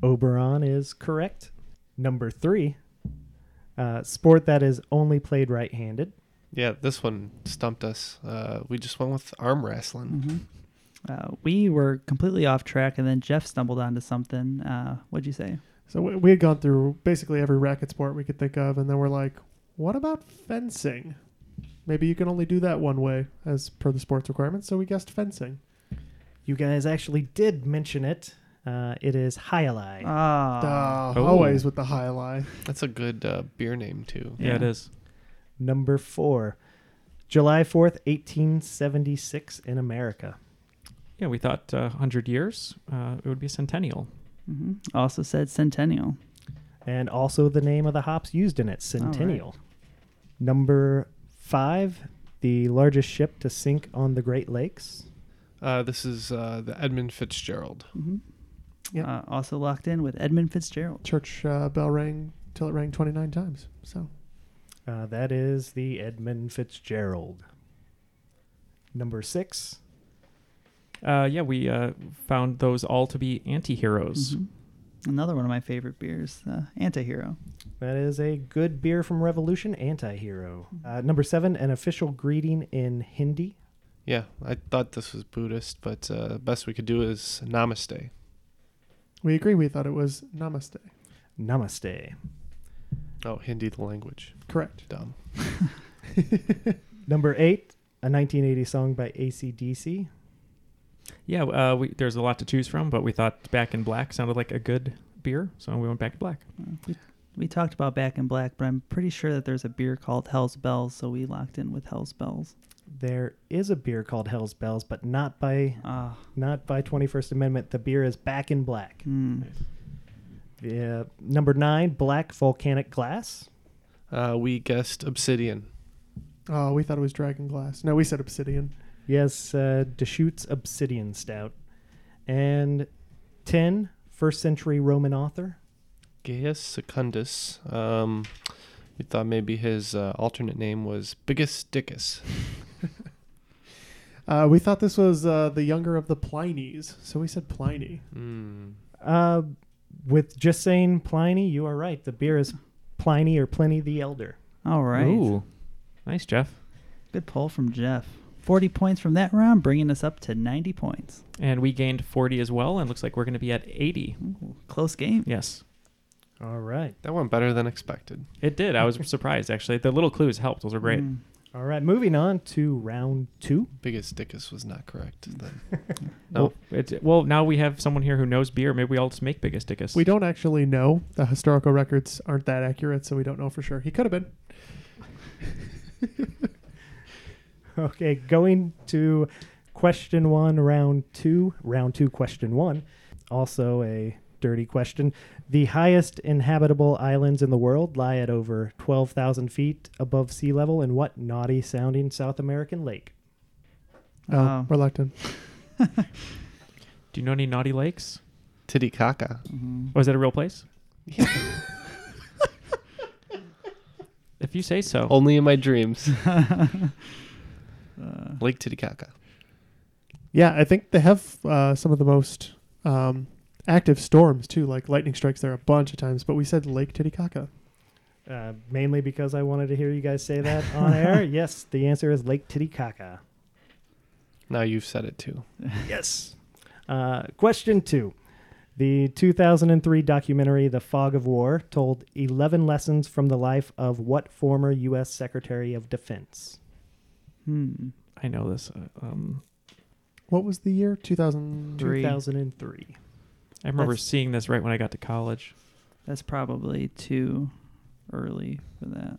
S7: Oberon is correct. Number three, uh, sport that is only played right handed.
S3: Yeah, this one stumped us. Uh, we just went with arm wrestling.
S6: Uh, we were completely off track, and then Jeff stumbled onto something. Uh, what'd you say?
S5: So we, we had gone through basically every racket sport we could think of, and then we're like, what about fencing? Maybe you can only do that one way as per the sports requirements, so we guessed fencing.
S7: You guys actually did mention it. Uh, it is Hyali.
S6: Ah,
S5: Duh,
S3: Oh.
S5: Always with the high lie.
S3: That's a good uh, beer name, too.
S4: Yeah, it is.
S7: Number four, July 4th, 1876 in America.
S4: Yeah, we thought uh, 100 years. Uh, it would be a centennial.
S6: Mm-hmm. also said Centennial.
S7: and also the name of the hops used in it, Centennial. Number five, the largest ship to sink on the Great Lakes.
S3: Uh, this is uh, the Edmund Fitzgerald.
S5: Yep.
S6: Mm-hmm. Uh, also locked in with Edmund Fitzgerald.
S5: Church uh, bell rang till it rang 29 times. So
S7: Uh, that is the Edmund Fitzgerald. Number six,
S4: Uh, yeah, we uh, found those all to be anti-heroes.
S6: Mm-hmm. Another one of my favorite beers, uh, Antihero.
S7: that is a good beer from Revolution Antihero. Uh, number seven, an official greeting in Hindi.
S3: Yeah, I thought this was Buddhist, but uh, best we could do is Namaste.
S5: we agree. We thought it was namaste.
S7: Namaste.
S3: Oh, Hindi, the language.
S5: Correct.
S3: Dumb.
S7: Number eight, a 1980 song by ACDC.
S4: Yeah, uh, we, there's a lot to choose from, but we thought Back in Black sounded like a good beer, so we went Back in Black.
S6: We talked about Back in Black, but I'm pretty sure that there's a beer called Hell's Bells, so we locked in with Hell's Bells.
S7: There is a beer called Hell's Bells, but not by
S6: Ah,
S7: not by 21st amendment the beer is back in black
S6: Hmm. Mm.
S7: yeah number nine black volcanic glass
S3: Uh, we guessed Obsidian.
S5: Oh, we thought it was dragon glass. No, we said obsidian.
S7: yes uh, deschutes obsidian stout and 10 first century roman author
S3: Gaius Secundus. Um, we thought maybe his uh, alternate name was Bigus Dickus.
S5: Uh, we thought this was uh, the younger of the Plinies, so we said Pliny.
S4: Hmm.
S7: uh, with just saying pliny you are right the beer is pliny or pliny the elder
S6: all right.
S4: Ooh, nice, Jeff.
S6: Good pull from Jeff. 40 points from that round, bringing us up to 90 points.
S4: And we gained 40 as well, and looks like we're going to be at 80.
S6: Close game.
S4: Yes,
S7: all right
S3: That went better than expected.
S4: it did. I was surprised actually. The little clues helped; those were great.
S6: Mm.
S7: Mm. all right moving on to round two
S3: Bigus Dickus was not correct. Then.
S4: Well, it, well, now we have someone here who knows beer. Maybe we all just make biggest dickus.
S5: We don't actually know. The historical records aren't that accurate, so we don't know for sure. He could have been.
S7: Okay, going to question one, round two. Round two, question one. Also a dirty question. The highest inhabitable islands in the world lie at over 12,000 feet above sea level in what naughty sounding South American lake?
S5: Oh, reluctant.
S4: Do you know any naughty lakes?
S3: Titicaca.
S6: Mm-hmm.
S4: Was that a real place? if you say so. Uh,
S3: Only in my dreams. Lake Titicaca.
S5: Yeah, I think they have uh, some of the most um, active storms too. Like lightning strikes there a bunch of times, but we said Lake Titicaca.
S7: Uh, mainly because I wanted to hear you guys say that on air. Yes, the answer is Lake Titicaca.
S3: Now you've said it too.
S7: Yes. Uh, question two. The 2003 documentary The Fog of War told 11 lessons from the life of what former U.S. Secretary of Defense?
S6: Hmm.
S4: I know this. uh, Um,
S5: What was the year? Two thousand.
S4: Three.
S7: 2003.
S4: I remember
S6: That's-
S4: seeing this right when I got to college.
S6: That's probably too early for that.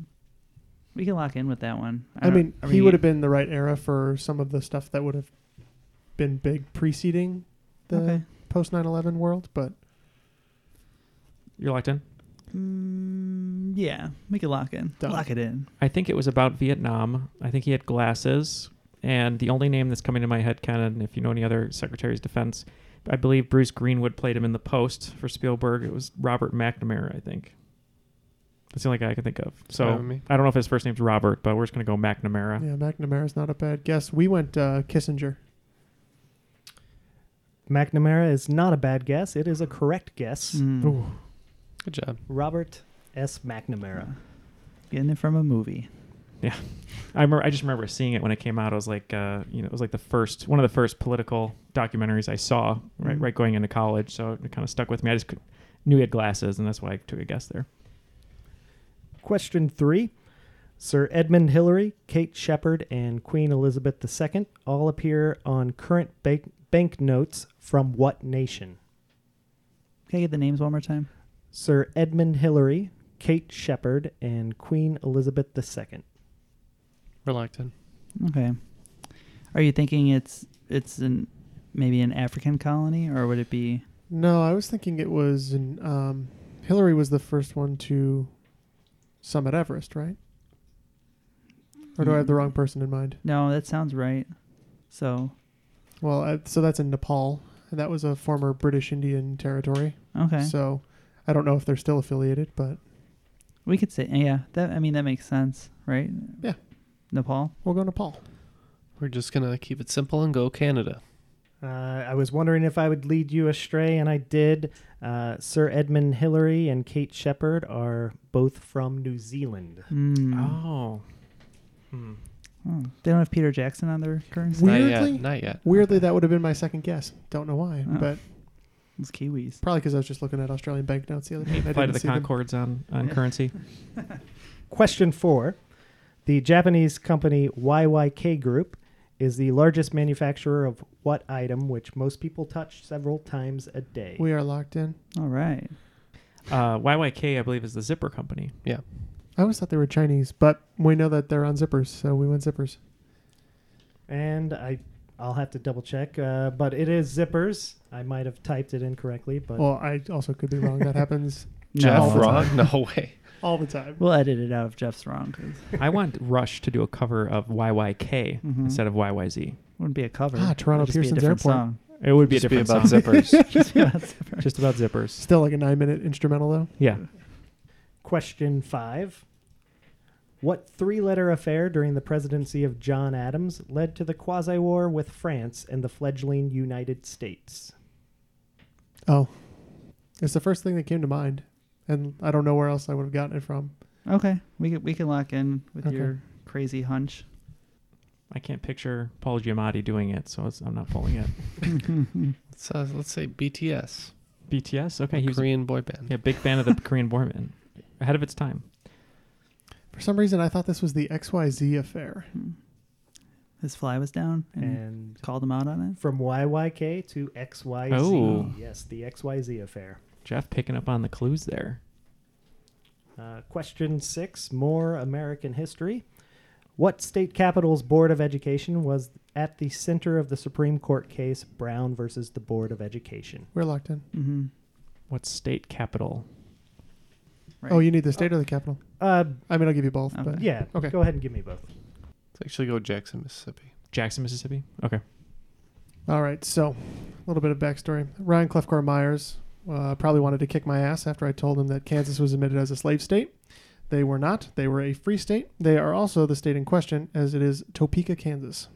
S6: We can lock in with that one.
S5: I
S6: don't-
S5: mean,
S6: are
S5: he
S6: we-
S5: would have been the right era for some of the stuff that would have been big preceding the
S6: Okay.
S5: post 9/11 world, but
S4: You're locked in?
S6: Mm, yeah, we could lock in.
S5: Done.
S6: Lock it in.
S4: I think it was about Vietnam. I think he had glasses. And the only name that's coming to my head, canon, if you know any other Secretary's Defense, I believe Bruce Greenwood played him in The Post for Spielberg. It was Robert McNamara, I think. That's the only guy I can think of. So
S3: Fine with me.
S4: I don't know if his first name's Robert, but we're just going to go McNamara.
S5: yeah, McNamara's not a bad guess. We went uh, Kissinger.
S7: McNamara is not a bad guess. It is a correct guess.
S6: Mm.
S3: Good job.
S7: Robert S. McNamara.
S6: Getting it from a movie.
S4: I remember. I just remember seeing it when it came out. I was like, uh, you know, it was like the first one of the first political documentaries I saw. Right,
S6: Mhm.
S4: right, going into college, so it kind of stuck with me. I just could, knew he had glasses, and that's why I took a guess there.
S7: Question three Sir Edmund Hillary, Kate Shepard, and Queen Elizabeth II all appear on current bank banknotes from what nation?
S6: Can I get the names one more time?
S7: Sir Edmund Hillary, Kate Shepard, and Queen Elizabeth II.
S3: Reluctant.
S6: Okay. Are you thinking it's it's an maybe an African colony or would it be
S5: No, I was thinking it was an, um, Hillary was the first one to summit Everest, right? Or do I have the wrong person in mind?
S6: No, that sounds right. So,
S5: Well, I, so that's in Nepal, and that was a former British Indian territory.
S6: okay.
S5: So I don't know if they're still affiliated, but
S6: we could say yeah, that I mean that makes sense, right?
S5: Yeah.
S6: Nepal?
S5: we'll go Nepal.
S3: We're just gonna keep it simple and go Canada.
S7: Uh, I was wondering if I would lead you astray, and I did. Uh, Sir Edmund Hillary and Kate Shepard are both from New Zealand.
S6: Mm.
S4: Oh,
S6: Hmm. They don't have Peter Jackson on their currency.
S3: not
S5: Weirdly,
S3: yet. Not yet.
S5: weirdly, that would have been my second guess. Don't know why,
S6: Oh.
S5: but
S6: It's Kiwis.
S5: probably because I was just looking at Australian banknotes the other day. and I
S4: flight of
S5: didn't
S4: the
S5: see them.
S4: Concords on on currency.
S7: Question four The Japanese company YYK Group is the largest manufacturer of what item which most people touch several times a day?
S5: We are locked in.
S6: All right.
S4: Uh, YYK, I believe, is the zipper company.
S3: Yeah.
S5: I always thought they were Chinese, but we know that they're on zippers, so we went zippers.
S7: And I, I'll have to double check, uh, but it is zippers. I might have typed it incorrectly, but
S5: Well, I also could be wrong. That happens
S3: Jeff
S5: No.
S3: wrong? No way.
S5: all the time.
S6: We'll edit it out if Jeff's wrong 'cause it
S4: I want Rush to do a cover of YYK
S6: Mhm.
S4: instead of YYZ.
S6: wouldn't be a cover.
S5: Ah, Toronto
S6: It'd just be a
S5: Pearson's
S6: different
S5: Airport.
S6: song.
S4: It would be
S3: Just
S4: a different
S3: about
S4: song.
S3: zippers.
S4: Just about zippers.
S5: Still like a nine minute instrumental, though.
S4: Yeah.
S7: Question five. What three letter affair during the presidency of John Adams led to the quasi war with France and the fledgling United States?
S5: Oh, it's the first thing that came to mind, and I don't know where else I would have gotten it from.
S6: Okay. We could we can lock in with
S5: Okay.
S6: your crazy hunch.
S4: I can't picture Paul Giamatti doing it, so it's, I'm not pulling it.
S3: Let's, uh, let's say BTS,
S4: BTS. Okay, he was
S3: Korean boy band.
S4: yeah big fan of the Korean War Man, ahead of its time.
S5: For some reason, I thought this was the XYZ affair.
S6: Hmm. His fly was down and,
S7: And
S6: called him out on it.
S7: from YYK to XYZ.
S4: Oh.
S7: Yes, the XYZ affair.
S4: Jeff picking up on the clues there.
S7: Uh, question six, more American history. What state capital's Board of Education was at the center of the Supreme Court case Brown versus the Board of Education?
S5: We're locked in.
S6: Mm-hmm.
S4: What state capital?
S5: Oh, you need the state or the capital?
S7: Uh,
S5: I mean, I'll give you both.
S6: Okay.
S5: But
S7: yeah.
S5: Okay.
S7: Go ahead and give me both.
S3: Let's actually go Jackson, Mississippi.
S4: Jackson, Mississippi. Okay.
S5: All right. So, a little bit of backstory. Ryan Clefcore Myers uh, probably wanted to kick my ass after I told him that Kansas was admitted as a slave state. They were not. They were a free state. They are also the state in question, as it is Topeka, Kansas.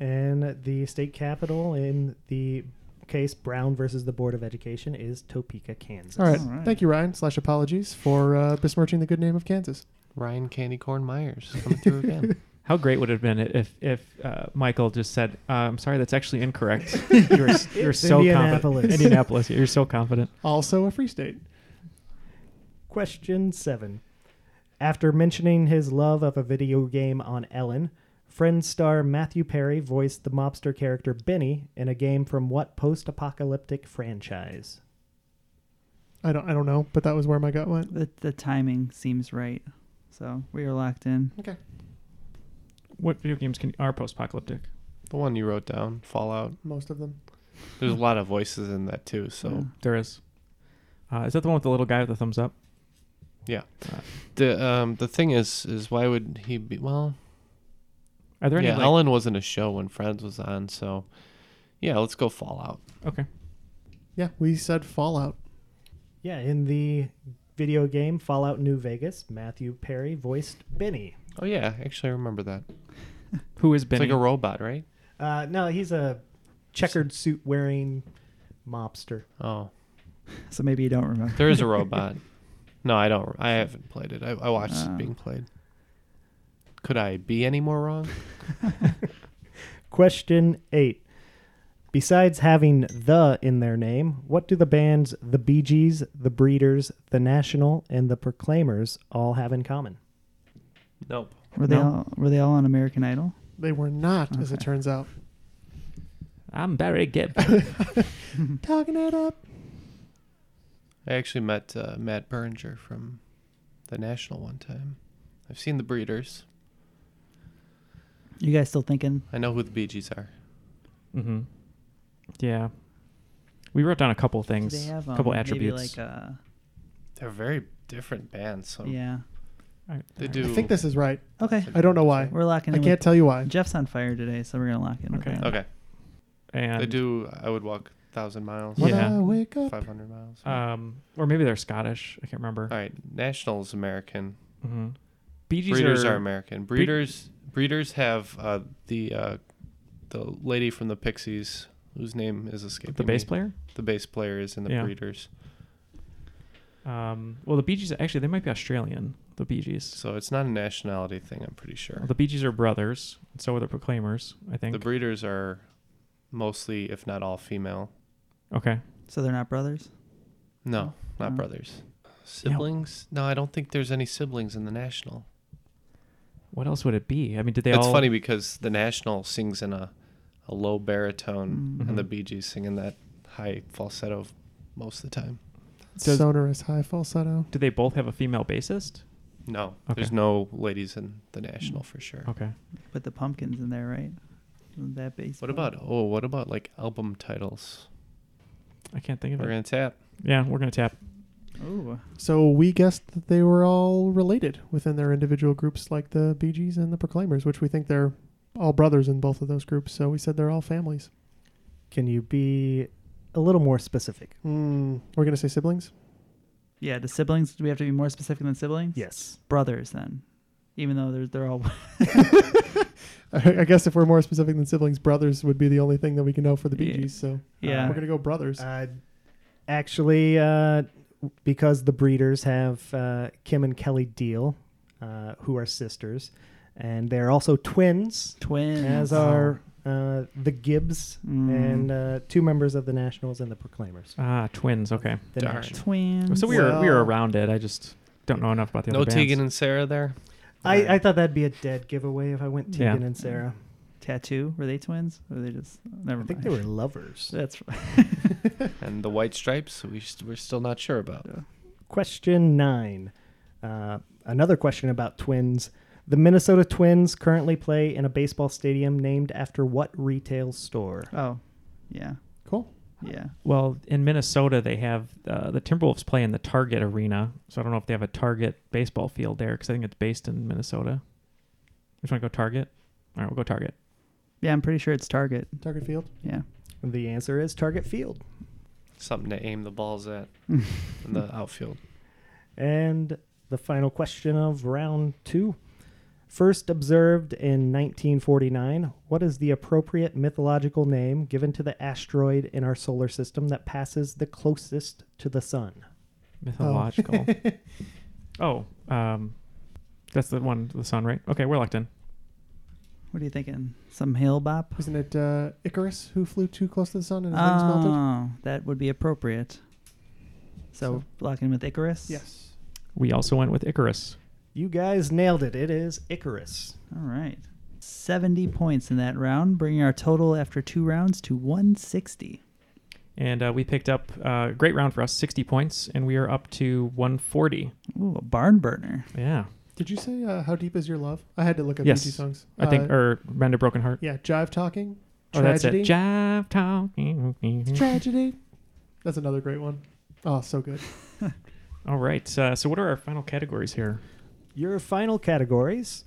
S7: And the state capital in the case Brown versus the Board of Education is Topeka, Kansas.
S5: All right.
S6: All right.
S5: Thank you, Ryan. Slash apologies for uh, besmirching the good name of Kansas.
S3: Ryan Candy Corn Myers coming through again.
S4: How great would it have been if if uh, Michael just said, uh, "I'm sorry, that's actually incorrect." you were, you were
S7: It's
S4: so confident.
S7: Indianapolis.
S4: Indianapolis. You're so confident.
S5: Also a free state.
S7: Question seven. After mentioning his love of a video game on Ellen, Friends star Matthew Perry voiced the mobster character Benny in a game from what post apocalyptic franchise?
S5: I don't. I don't know, but that was where my gut went.
S6: The the timing seems right, so we are locked in.
S5: Okay.
S4: What video games can are post-apocalyptic?
S3: the one you wrote down, Fallout.
S5: Most of them.
S3: There's a lot of voices in that too. So
S6: Yeah.
S4: There is. Uh, is that the one with the little guy with the thumbs up?
S3: the um the thing is is why would he be well?
S4: Are there any?
S3: yeah,
S4: like-
S3: Ellen wasn't a show when Friends was on, so yeah, let's go Fallout.
S4: okay.
S5: Yeah, we said Fallout.
S7: Yeah, in the video game Fallout New Vegas, Matthew Perry voiced Benny.
S3: Oh yeah, actually I remember that.
S4: Who is
S3: It's
S4: Benny?
S3: like a robot, right?
S7: Uh, no, he's a checkered suit wearing mobster.
S3: Oh,
S6: So maybe you don't remember.
S3: there is a robot. No, I don't. I haven't played it. I, I watched
S6: Oh.
S3: it being played. Could I be any more wrong?
S7: Question eight. Besides having the in their name, what do the bands The Bee Gees, The Breeders, The National, and The Proclaimers all have in common?
S3: Nope.
S6: Were they
S4: No.
S6: all were they all on American Idol?
S5: They were not, as it turns out.
S4: I'm Barry Gibb.
S5: Talking it up.
S3: I actually met uh, Matt Berninger from the National one time. I've seen the Breeders.
S6: You guys still thinking?
S3: I know who the Bee Gees are.
S4: mm-hmm. Yeah. We wrote down a couple
S6: Do
S4: things,
S6: they have
S4: a couple
S6: um,
S4: attributes.
S6: Maybe like
S5: uh,
S6: a,
S3: They're very different bands. So
S6: yeah.
S4: All right.
S3: They do.
S5: I think this is right.
S6: Okay,
S5: I don't know why.
S6: we're locking
S5: I
S6: in.
S5: can't tell you why.
S6: With, Jeff's on fire today, so we're gonna lock in.
S4: Okay.
S6: With that.
S3: Okay.
S4: And
S3: they do. I would walk thousand miles.
S5: When
S4: Yeah.
S5: I wake up.
S3: Five hundred miles.
S4: Um, or maybe they're Scottish. I can't remember.
S3: All right. Nationals American.
S4: Mm-hmm. Bee Gees
S3: Breeders are,
S4: are
S3: American. Breeders. breeders have uh, the uh, the lady from the Pixies whose name is escaping
S4: the bass
S3: me.
S4: player.
S3: The bass player is in the
S4: Yeah.
S3: Breeders.
S4: Um, well, the Bee Gees actually they might be Australian. The Bee Gees.
S3: So it's not a nationality thing. I'm pretty sure.
S4: Well, the Bee Gees are brothers. and So are the Proclaimers. I think.
S3: The breeders are mostly, if not all, female.
S4: okay.
S6: So they're not brothers.
S3: No, not
S5: Mm.
S6: No.
S3: brothers. Siblings? No, I don't think there's any siblings in the National.
S4: What else would it be? I mean, did they
S3: it's
S4: all?
S3: funny because the National sings in a, a low baritone,
S4: Mhm.
S3: and the Bee Gees sing in that high falsetto most of the time.
S4: Does-
S5: Sonorous high falsetto.
S4: Did they both have a female bassist?
S3: No,
S4: Okay.
S3: there's no ladies in the National for sure.
S4: Okay.
S6: Put the pumpkins in there, right? Isn't that base.
S3: What about oh? What about like album titles?
S4: I can't think of
S3: We're
S4: it.
S3: gonna tap.
S4: Yeah, we're gonna tap.
S6: Oh,
S5: So we guessed that they were all related within their individual groups, like the Bee Gees and the Proclaimers, which we think they're all brothers in both of those groups. So we said they're all families.
S7: Can you be a little more specific?
S5: Hmm. We're gonna say siblings.
S6: yeah. The siblings. Do we have to be more specific than siblings?
S7: Yes.
S6: Brothers then, even though they're they're all.
S5: I I guess if we're more specific than siblings, brothers would be the only thing that we can know for the Bee
S6: Yeah.
S5: Gees. So
S6: Yeah.
S5: we're gonna go brothers.
S7: Uh, actually, uh, because the breeders have uh, Kim and Kelly Deal, uh, who are sisters, and they're also twins,
S6: Twins.
S7: as are uh, the Gibbs
S6: Mm.
S7: and uh, two members of the Nationals and the Proclaimers.
S4: Ah, twins. Okay.
S7: The
S3: Darn.
S7: Nationals.
S6: twins.
S4: So we were we
S5: Well-
S4: were around it. I just don't know enough about the
S3: No
S4: other bands.
S3: Tegan and Sarah there.
S7: I, I thought Uh, that'd be a dead giveaway if I went
S4: Yeah.
S7: Tegan and Sarah.
S6: tattoo. Were they twins? Or were they just? Never
S7: I think
S6: mind.
S7: they were lovers.
S6: That's right.
S3: and the White Stripes. We st- we're still not sure about.
S7: Question nine. Uh, another question about twins. The Minnesota Twins currently play in a baseball stadium named after what retail store?
S6: Oh, yeah.
S5: Cool.
S6: Yeah.
S4: Well, in Minnesota, they have uh, the Timberwolves play in the Target Arena, so I don't know if they have a Target baseball field there because I think it's based in Minnesota. You want to go Target? All right, we'll go Target.
S6: Yeah, I'm pretty sure it's Target.
S5: Target Field.
S6: Yeah.
S7: The answer is Target Field.
S3: Something to aim the balls at in the outfield.
S7: And the final question of round two. First observed in 1949, what is the appropriate mythological name given to the asteroid in our solar system that passes the closest to the sun?
S4: Mythological. Oh, um, that's the one, the sun, right? Okay, we're locked in.
S6: What are you thinking? Some hail bop?
S5: Isn't it uh, Icarus who flew too close to the sun and his wings
S7: Ah.
S5: melted?
S6: Oh, that would be appropriate. So, locking with Icarus?
S5: Yes.
S4: We also went with Icarus.
S7: You guys nailed it. It is Icarus.
S6: All right. 70 points in that round, bringing our total after two rounds to 160.
S4: And uh, we picked up a uh, great round for us, 60 points, and we are up to 140.
S6: Ooh, a barn burner.
S4: Yeah.
S5: Did you say uh, how deep is your love? I had to look up
S4: Yes.
S5: BG songs.
S4: I think,
S5: Uh,
S4: or Rend a Broken Heart.
S5: yeah, jive talking.
S4: oh, that's
S5: Tragedy. Mm-hmm.
S4: it. Jive talking.
S5: Tragedy. That's another great one. Oh, so good.
S4: All right. Uh, so, what are our final categories here?
S7: Your final categories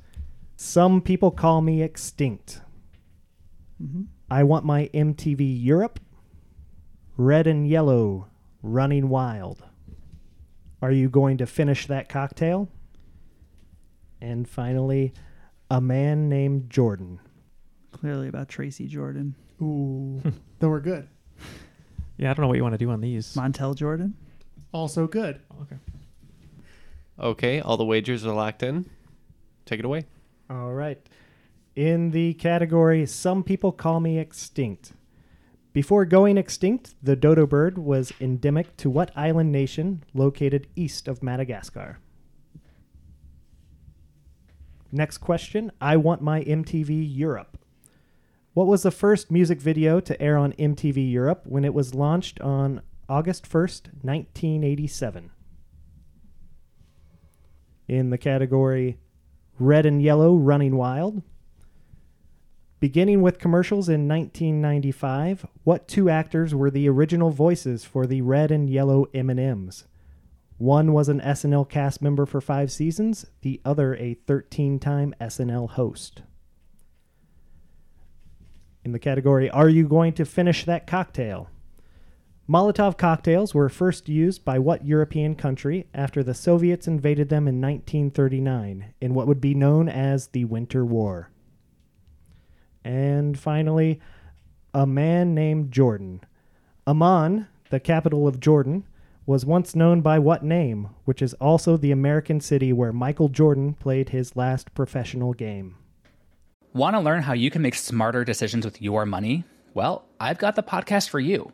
S7: Some People Call Me Extinct. I Want My MTV Europe. Red and Yellow Running Wild. Are you going to finish that cocktail? And finally, A Man Named Jordan.
S6: Clearly about Tracy Jordan.
S5: Ooh. then we're good.
S4: Yeah, I don't know what you want to do on these.
S6: Montel Jordan?
S5: Also good.
S4: Okay.
S3: Okay, all the wagers are locked in. Take it away.
S7: All right. In the category Some People Call Me Extinct. Before going extinct, the dodo bird was endemic to what island nation located east of Madagascar? Next question I want my MTV Europe. What was the first music video to air on MTV Europe when it was launched on August 1st, 1987? In the category Red and Yellow Running Wild. Beginning with commercials in 1995, what two actors were the original voices for the Red and Yellow M&Ms? One was an SNL cast member for 5 seasons, the other a 13-time SNL host. In the category Are you going to finish that cocktail? Molotov cocktails were first used by what European country after the Soviets invaded them in 1939 in what would be known as the Winter War? And finally, a man named Jordan. Amman, the capital of Jordan, was once known by what name, which is also the American city where Michael Jordan played his last professional game?
S1: Want to learn how you can make smarter decisions with your money? Well, I've got the podcast for you.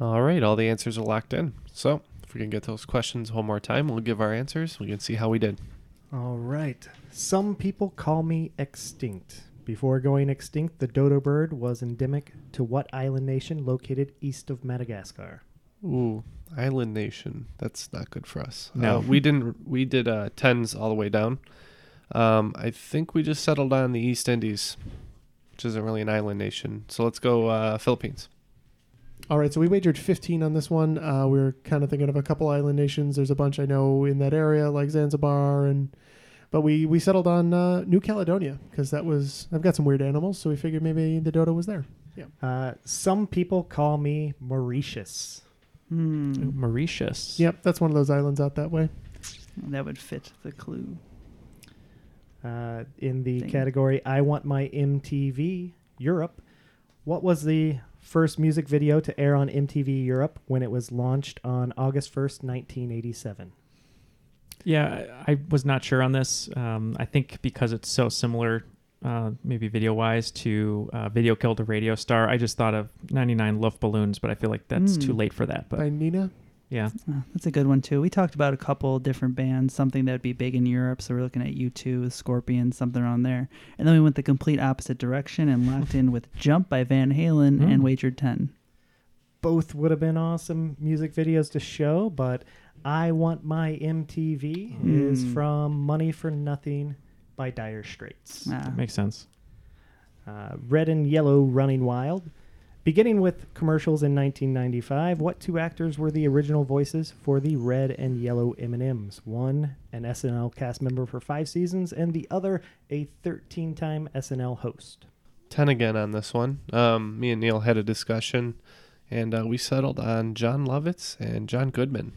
S3: All right, all the answers are locked in. So if we can get those questions one more time, we'll give our answers. We can see how we did.
S7: All right. Some people call me extinct. Before going extinct, the dodo bird was endemic to what island nation located east of Madagascar?
S3: Ooh, island nation. That's not good for us.
S4: No.
S3: Uh, we didn't. We did uh, tens all the way down. Um, I think we just settled on the East Indies, which isn't really an island nation. So let's go uh, Philippines.
S5: All right, so we wagered 15 on this one. Uh, we were kind of thinking of a couple island nations. There's a bunch I know in that area, like Zanzibar, and but we we settled on uh, New Caledonia because that was I've got some weird animals, so we figured maybe the dodo was there. Yeah.
S7: Uh, some people call me Mauritius.
S6: Hmm.
S4: Mauritius.
S5: Yep, that's one of those islands out that way.
S6: That would fit the clue.
S7: Uh, in the
S6: Thing.
S7: category I Want My MTV Europe, what was the first music video to air on MTV Europe when it was launched on August 1st, 1987?
S4: Yeah, I, I was not sure on this. Um, I think because it's so similar, uh, maybe video wise, to uh, Video Killed a Radio Star, I just thought of 99 Love Balloons, but I feel like that's
S6: Mm.
S4: too late for that. But
S5: By Nina.
S4: yeah.
S6: Uh, That's a good one too. We talked about a couple different bands, something that would be big in Europe. So we're looking at U2, Scorpion, something on there. And then we went the complete opposite direction and locked in with Jump by Van Halen
S7: Hmm.
S6: and wagered 10.
S7: Both would have been awesome music videos to show, but I Want My MTV is
S6: Hmm.
S7: from Money for Nothing by Dire Straits.
S6: Ah.
S4: Makes sense.
S7: uh, Red and Yellow Running Wild. Beginning with commercials in 1995, what two actors were the original voices for the Red and Yellow M&Ms? One, an SNL cast member for five seasons, and the other, a 13-time SNL host.
S3: Ten again on this one. Um, me and Neil had a discussion, and uh, we settled on John Lovitz and John Goodman.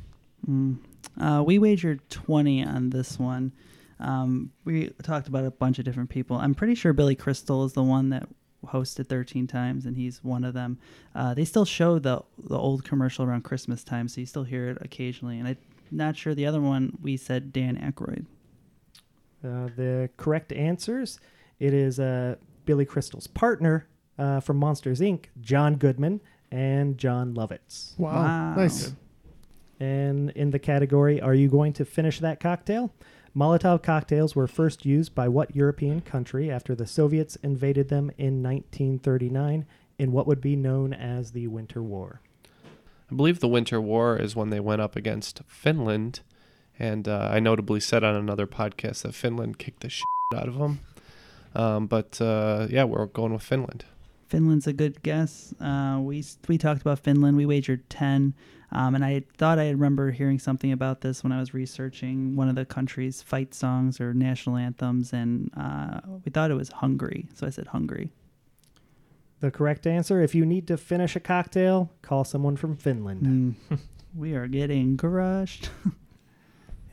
S6: Mm. Uh, we wagered 20 on this one. Um, we talked about a bunch of different people. I'm pretty sure Billy Crystal is the one that hosted 13 times, and he's one of them. Uh, they still show the the old commercial around Christmas time, so you still hear it occasionally. And I'm not sure the other one we said Dan Aykroyd.
S7: Uh, the correct answers, it is uh, Billy Crystal's partner uh, from Monsters, Inc., John Goodman, and John Lovitz.
S5: Wow, nice.
S7: And in the category, are you going to finish that cocktail? Molotov cocktails were first used by what European country after the Soviets invaded them in 1939 in what would be known as the Winter War?
S3: I believe the Winter War is when they went up against Finland, and uh, I notably said on another podcast that Finland kicked the shit out of them. Um, but uh, yeah, we're going with Finland.
S6: Finland's a good guess. Uh, we we talked about Finland. We wagered ten, um, and I thought I remember hearing something about this when I was researching one of the country's fight songs or national anthems, and uh, we thought it was Hungary, so I said Hungary.
S7: The correct answer if you need to finish a cocktail, call someone from Finland.
S6: Hmm. we are getting crushed.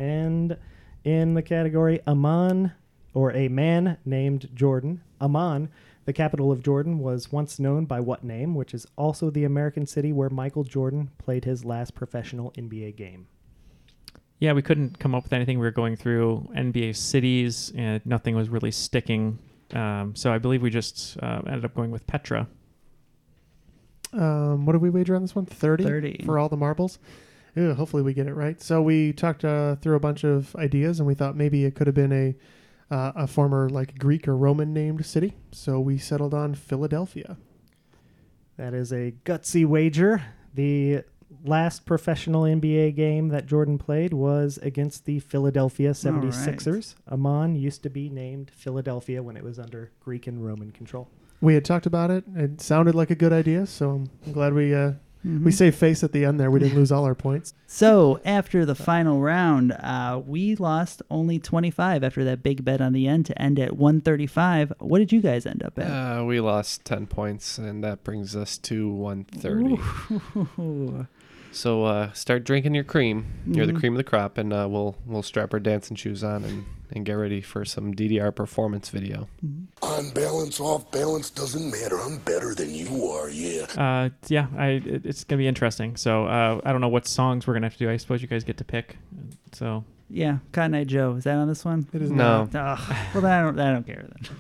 S7: and in the category Amman, or a man named Jordan, Amman, the capital of Jordan, was once known by what name, which is also the American city where Michael Jordan played his last professional NBA game?
S4: Yeah, we couldn't come up with anything. We were going through NBA cities, and nothing was really sticking. Um, so I believe we just uh, ended up going with Petra.
S5: Um, what did we wager on this one? 30?
S6: 30.
S5: For all the marbles? Ew, hopefully we get it right. So we talked uh, through a bunch of ideas, and we thought maybe it could have been a uh, a former like Greek or Roman named city. So we settled on Philadelphia.
S7: That is a gutsy wager. The last professional NBA game that Jordan played was against the Philadelphia 76ers. Amman used to be named Philadelphia when it was under Greek and Roman control.
S5: We had talked about it. It sounded like a good idea, so I'm- I'm glad we uh, we
S6: Mhm.
S5: saved face at the end there. We didn't lose all our points.
S6: So after the final round, uh, we lost only twenty five after that big bet on the end to end at one thirty five. What did you guys end up at?
S3: Uh, we lost 10 points, and that brings us to 130.
S6: Ooh.
S3: So uh, start drinking your cream. You're the
S6: Mhm.
S3: cream of the crop, and uh, we'll we'll strap our dancing shoes on and, and get ready for some DDR performance video.
S8: On balance, off balance, doesn't matter. I'm better than you are, yeah.
S4: Uh, yeah, I, it- it's gonna be interesting. So uh, I don't know what songs we're gonna have to do. I suppose you guys get to pick. So
S6: Yeah, Cotton Eye Joe. Is that on this one? It
S4: is No.
S6: Ugh. Well, then I don't. I don't care then.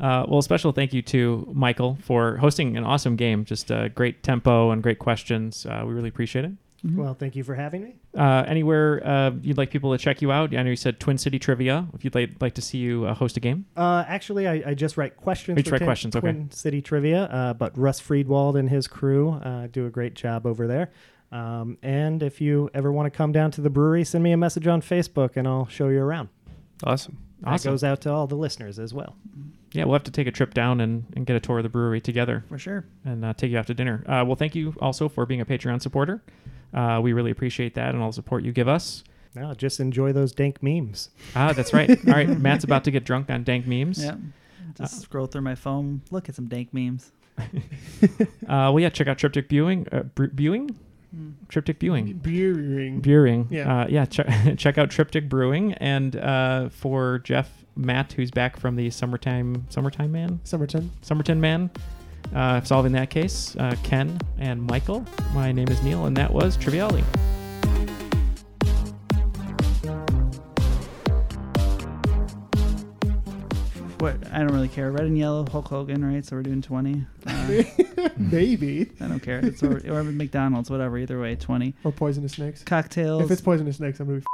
S4: Uh, well, special thank you to Michael for hosting an awesome game. Just uh, great tempo and great questions. Uh, we really appreciate it.
S7: Well, thank you for having me.
S4: Uh, anywhere uh, you'd like people to check you out? I know you said Twin City Trivia. If you'd like, like to see you uh, host a game,
S7: Uh, actually, I, I just write questions.
S4: You just
S7: for
S4: write
S7: Tin-
S4: questions, okay.
S7: Twin City Trivia, uh, but Russ Friedwald and his crew uh, do a great job over there. Um, and if you ever want to come down to the brewery, send me a message on Facebook, and I'll show you around.
S3: Awesome.
S7: That
S4: Awesome.
S7: goes out to all the listeners as well.
S4: yeah, we'll have to take a trip down and, and get a tour of the brewery together.
S6: For sure.
S4: And uh, take you out to dinner. Uh, well, thank you also for being a Patreon supporter. Uh, we really appreciate that and all the support you give us.
S7: Now, just enjoy those dank memes.
S4: Ah, that's right. All right, Matt's about to get drunk on dank memes.
S6: Yeah. Just scroll through my phone. Look at some dank memes.
S4: Uh, well, yeah, check out Triptych Viewing. Uh, Bre- Viewing? Triptych Hmm. Viewing.
S5: Brewing.
S4: Brewing.
S5: Yeah.
S4: Uh, yeah, check, check out Triptych Brewing. And uh, for Jeff Matt, who's back from the Summertime Summertime Man?
S5: Summerton.
S4: Summerton Man, uh, solving that case. Uh, Ken and Michael. My name is Neil, and that was Triviality.
S6: What? I don't really care. Red and yellow. Hulk Hogan, right? So we're doing twenty. Uh,
S5: Maybe.
S6: I don't care. It's or, or McDonald's, whatever. Either way, twenty.
S5: Or poisonous snakes.
S6: Cocktails.
S5: If it's poisonous snakes, I'm gonna be